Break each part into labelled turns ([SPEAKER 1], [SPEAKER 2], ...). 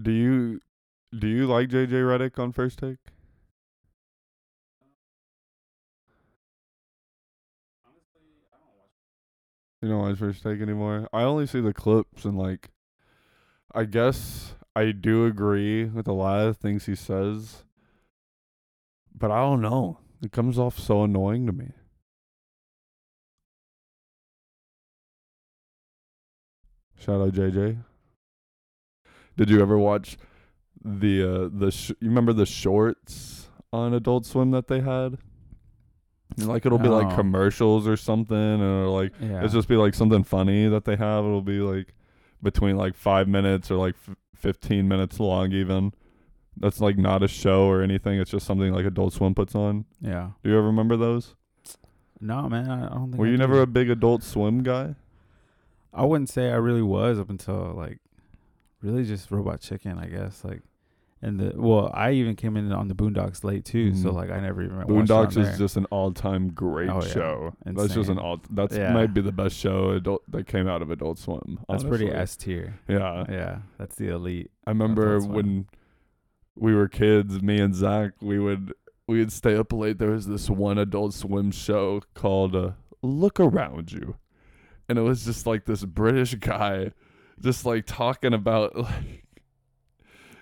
[SPEAKER 1] Do you do you like JJ Redick on first take? You don't watch first take anymore. I only see the clips and like I guess I do agree with a lot of things he says. But I don't know. It comes off so annoying to me. Shout out JJ. Did you ever watch the uh, the sh- you remember the shorts on Adult Swim that they had? Like it'll be like
[SPEAKER 2] No.
[SPEAKER 1] commercials or something, or like
[SPEAKER 2] Yeah.
[SPEAKER 1] it's just be like something funny that they have. It'll be like between like five minutes or like f- fifteen minutes long, even. That's like not a show or anything. It's just something like Adult Swim puts on.
[SPEAKER 2] yeah.
[SPEAKER 1] Do you ever remember those?
[SPEAKER 2] No, man, I I don't think.
[SPEAKER 1] Were
[SPEAKER 2] I
[SPEAKER 1] you
[SPEAKER 2] do.
[SPEAKER 1] never a big Adult Swim guy?
[SPEAKER 2] I wouldn't say I really was up until like, really just Robot Chicken, I guess. Like, and the well, I even came in on the Boondocks late too, so
[SPEAKER 1] Mhm.
[SPEAKER 2] like I never even watched it on
[SPEAKER 1] Boondocks
[SPEAKER 2] there.
[SPEAKER 1] is just an all-time great
[SPEAKER 2] Oh, yeah.
[SPEAKER 1] show. That's just
[SPEAKER 2] Insane.
[SPEAKER 1] an all. That's
[SPEAKER 2] Yeah.
[SPEAKER 1] might be the best show adult that came out of Adult Swim.
[SPEAKER 2] that's pretty
[SPEAKER 1] honestly.
[SPEAKER 2] S tier.
[SPEAKER 1] Yeah,
[SPEAKER 2] Yeah, that's the elite.
[SPEAKER 1] I remember
[SPEAKER 2] Adult Swim.
[SPEAKER 1] when we were kids, me and Zach, we would we would stay up late. There was this one Adult Swim show called uh, "Look Around You," and it was just like this British guy, just like talking about like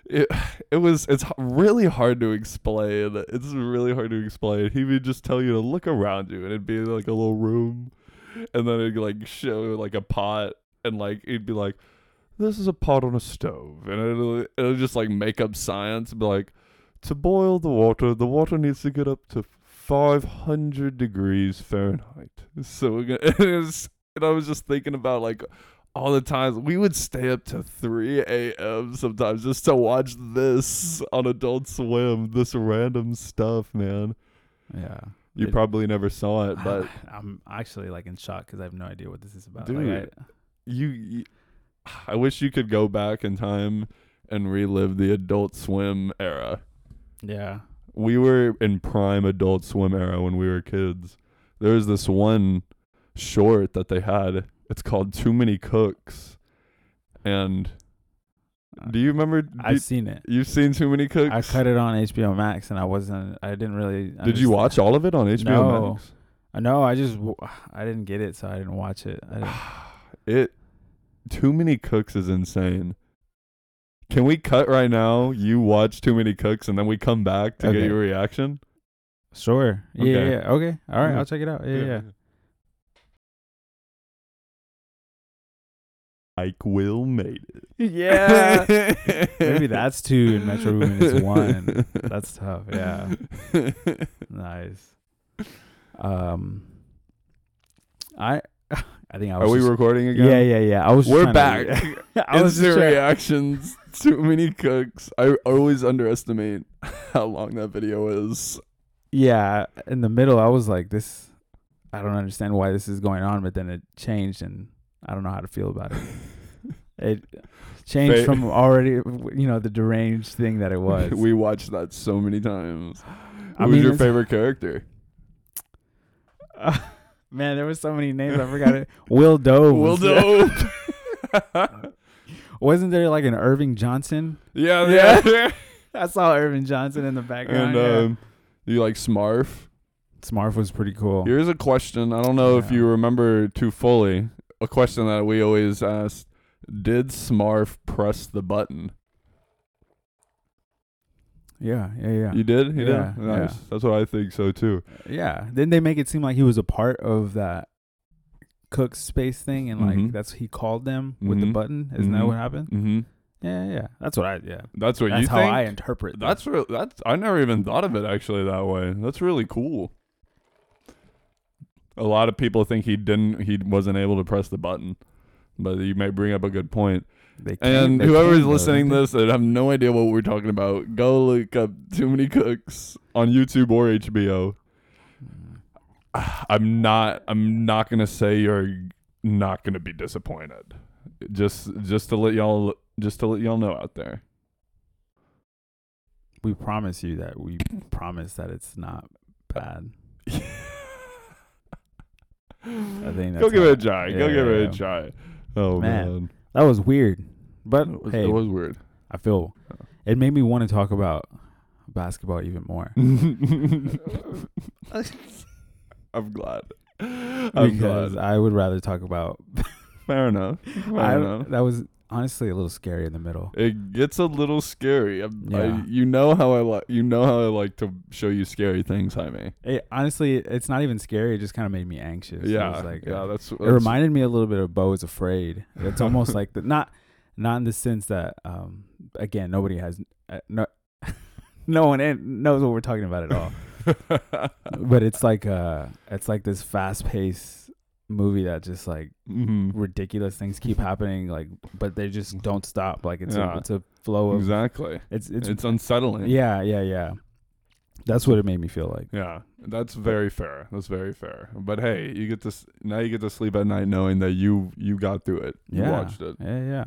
[SPEAKER 1] it. It was it's h- really hard to explain. It's really hard to explain. He would just tell you to look around you, and it'd be like a little room, and then it'd like show like a pot, and like it'd be like this is a pot on a stove, and it'll it'll just like make up science, and be like, to boil the water, the water needs to get up to five hundred degrees Fahrenheit. So we're gonna, and, it was, and I was just thinking about like all the times we would stay up to three a.m. sometimes just to watch this on Adult Swim, this random stuff, man.
[SPEAKER 2] Yeah,
[SPEAKER 1] You
[SPEAKER 2] It-
[SPEAKER 1] probably never saw it, but
[SPEAKER 2] I'm actually like in shock because I have no idea what this is about.
[SPEAKER 1] Dude.
[SPEAKER 2] Like,
[SPEAKER 1] you, you I wish you could go back in time and relive the Adult Swim era.
[SPEAKER 2] I- yeah,
[SPEAKER 1] we were in prime adult swim era when we were kids. There was this one short that they had. It's called Too Many Cooks. And do you remember do,
[SPEAKER 2] I've seen it.
[SPEAKER 1] you've seen Too Many Cooks?
[SPEAKER 2] I cut it on HBO Max, and I wasn't. I didn't really.
[SPEAKER 1] Did you
[SPEAKER 2] understand-
[SPEAKER 1] watch all of it on HBO
[SPEAKER 2] No.
[SPEAKER 1] Max?
[SPEAKER 2] Uh, No, I just w- I didn't get it, so I didn't watch it. I didn't,
[SPEAKER 1] It Too Many Cooks is insane. Can we cut right now? You watch Too Many Cooks and then we come back to
[SPEAKER 2] Okay.
[SPEAKER 1] get your reaction?
[SPEAKER 2] sure. Yeah,
[SPEAKER 1] Okay.
[SPEAKER 2] yeah. Okay. Mm. All right.
[SPEAKER 1] Yeah.
[SPEAKER 2] I'll check it out. Yeah, yeah.
[SPEAKER 1] Mike Will made it.
[SPEAKER 2] Yeah. Maybe that's two and Metro Boomin is one. That's tough. Yeah. Nice. Um, I I think I was.
[SPEAKER 1] Are we
[SPEAKER 2] just-
[SPEAKER 1] recording again?
[SPEAKER 2] yeah, yeah, yeah. I was.
[SPEAKER 1] We're
[SPEAKER 2] trying
[SPEAKER 1] back.
[SPEAKER 2] to- I was just
[SPEAKER 1] Instant
[SPEAKER 2] trying-
[SPEAKER 1] reactions. Too many cooks. I always underestimate how long that video is.
[SPEAKER 2] yeah. In the middle, I was like, this. I don't understand why this is going on, but then it changed, and I don't know how to feel about it. It changed
[SPEAKER 1] Fa-
[SPEAKER 2] from already, you know, the deranged thing that it was.
[SPEAKER 1] we watched that so many times.
[SPEAKER 2] I
[SPEAKER 1] Who's
[SPEAKER 2] mean,
[SPEAKER 1] your
[SPEAKER 2] it's-
[SPEAKER 1] favorite character?
[SPEAKER 2] Uh, man, there were so many names I forgot it. Will Dove.
[SPEAKER 1] Will
[SPEAKER 2] was-
[SPEAKER 1] Dope.
[SPEAKER 2] Wasn't there like an Irving Johnson?
[SPEAKER 1] yeah,
[SPEAKER 2] Yeah.
[SPEAKER 1] yeah. yeah.
[SPEAKER 2] I saw Irving Johnson in the
[SPEAKER 1] And
[SPEAKER 2] background. yeah.
[SPEAKER 1] um, you like Smarf?
[SPEAKER 2] Smarf was pretty cool.
[SPEAKER 1] Here's a question. I don't know if
[SPEAKER 2] Yeah.
[SPEAKER 1] you remember too fully. A question that we always asked: Did Smarf press the button?
[SPEAKER 2] Yeah, yeah, yeah.
[SPEAKER 1] You did. He
[SPEAKER 2] Yeah,
[SPEAKER 1] did. Nice.
[SPEAKER 2] yeah.
[SPEAKER 1] That's what I think so too.
[SPEAKER 2] yeah. Didn't they make it seem like he was a part of that cook space thing and like
[SPEAKER 1] Mhm.
[SPEAKER 2] that's he called them with the
[SPEAKER 1] Mhm.
[SPEAKER 2] button? Isn't that
[SPEAKER 1] Mhm.
[SPEAKER 2] what happened?
[SPEAKER 1] Mm-hmm.
[SPEAKER 2] Yeah, yeah. That's what I yeah.
[SPEAKER 1] That's what
[SPEAKER 2] that's
[SPEAKER 1] you
[SPEAKER 2] how
[SPEAKER 1] think.
[SPEAKER 2] I interpret that.
[SPEAKER 1] that's re- that's. I never even thought of it actually that way. That's really cool. A lot of people think he didn't. He wasn't able to press the button, but you may bring up a good point.
[SPEAKER 2] They came-
[SPEAKER 1] And
[SPEAKER 2] they
[SPEAKER 1] whoever's
[SPEAKER 2] came, though,
[SPEAKER 1] listening to
[SPEAKER 2] didn't
[SPEAKER 1] this and have no idea what we're talking about, go look up Too Many Cooks on YouTube or HBO. I'm not I'm not gonna say you're not gonna be disappointed. Just just to let y'all just to let y'all know out there.
[SPEAKER 2] they? we promise you that we promise that it's not bad. I think
[SPEAKER 1] go
[SPEAKER 2] that's
[SPEAKER 1] give
[SPEAKER 2] how-
[SPEAKER 1] it a try. go
[SPEAKER 2] yeah,
[SPEAKER 1] give it
[SPEAKER 2] yeah.
[SPEAKER 1] a try. Oh
[SPEAKER 2] Man.
[SPEAKER 1] man.
[SPEAKER 2] That was weird. But
[SPEAKER 1] It was,
[SPEAKER 2] hey,
[SPEAKER 1] it was weird.
[SPEAKER 2] I feel it made me want to talk about basketball even more.
[SPEAKER 1] I'm glad. I'm
[SPEAKER 2] because
[SPEAKER 1] glad.
[SPEAKER 2] I would rather talk about
[SPEAKER 1] Fair enough. Fair
[SPEAKER 2] I
[SPEAKER 1] enough.
[SPEAKER 2] that was honestly a little scary in the middle.
[SPEAKER 1] It gets a little scary. I'm- I,
[SPEAKER 2] Yeah.
[SPEAKER 1] you know how I like. You know how I like to show you scary things, Jaime.
[SPEAKER 2] It, honestly, it's not even scary. It just kind of made me anxious. It
[SPEAKER 1] yeah,
[SPEAKER 2] was like,
[SPEAKER 1] yeah.
[SPEAKER 2] uh,
[SPEAKER 1] that's, that's
[SPEAKER 2] it reminded me a little bit of Bo is Afraid. It's almost like the not not in the sense that um again nobody has uh, no no one in, knows what we're talking about at all. but it's like uh it's like this fast paced movie that just like
[SPEAKER 1] Mhm.
[SPEAKER 2] ridiculous things keep happening like but they just don't stop like it's
[SPEAKER 1] Yeah.
[SPEAKER 2] a, it's a flow of
[SPEAKER 1] Exactly.
[SPEAKER 2] it's it's,
[SPEAKER 1] It's, unsettling.
[SPEAKER 2] yeah yeah yeah that's what it made me feel like
[SPEAKER 1] Yeah, that's very fair. That's very fair. But hey, you get to s- now you get to sleep at night knowing that you you got through it. You
[SPEAKER 2] yeah
[SPEAKER 1] watched it.
[SPEAKER 2] yeah yeah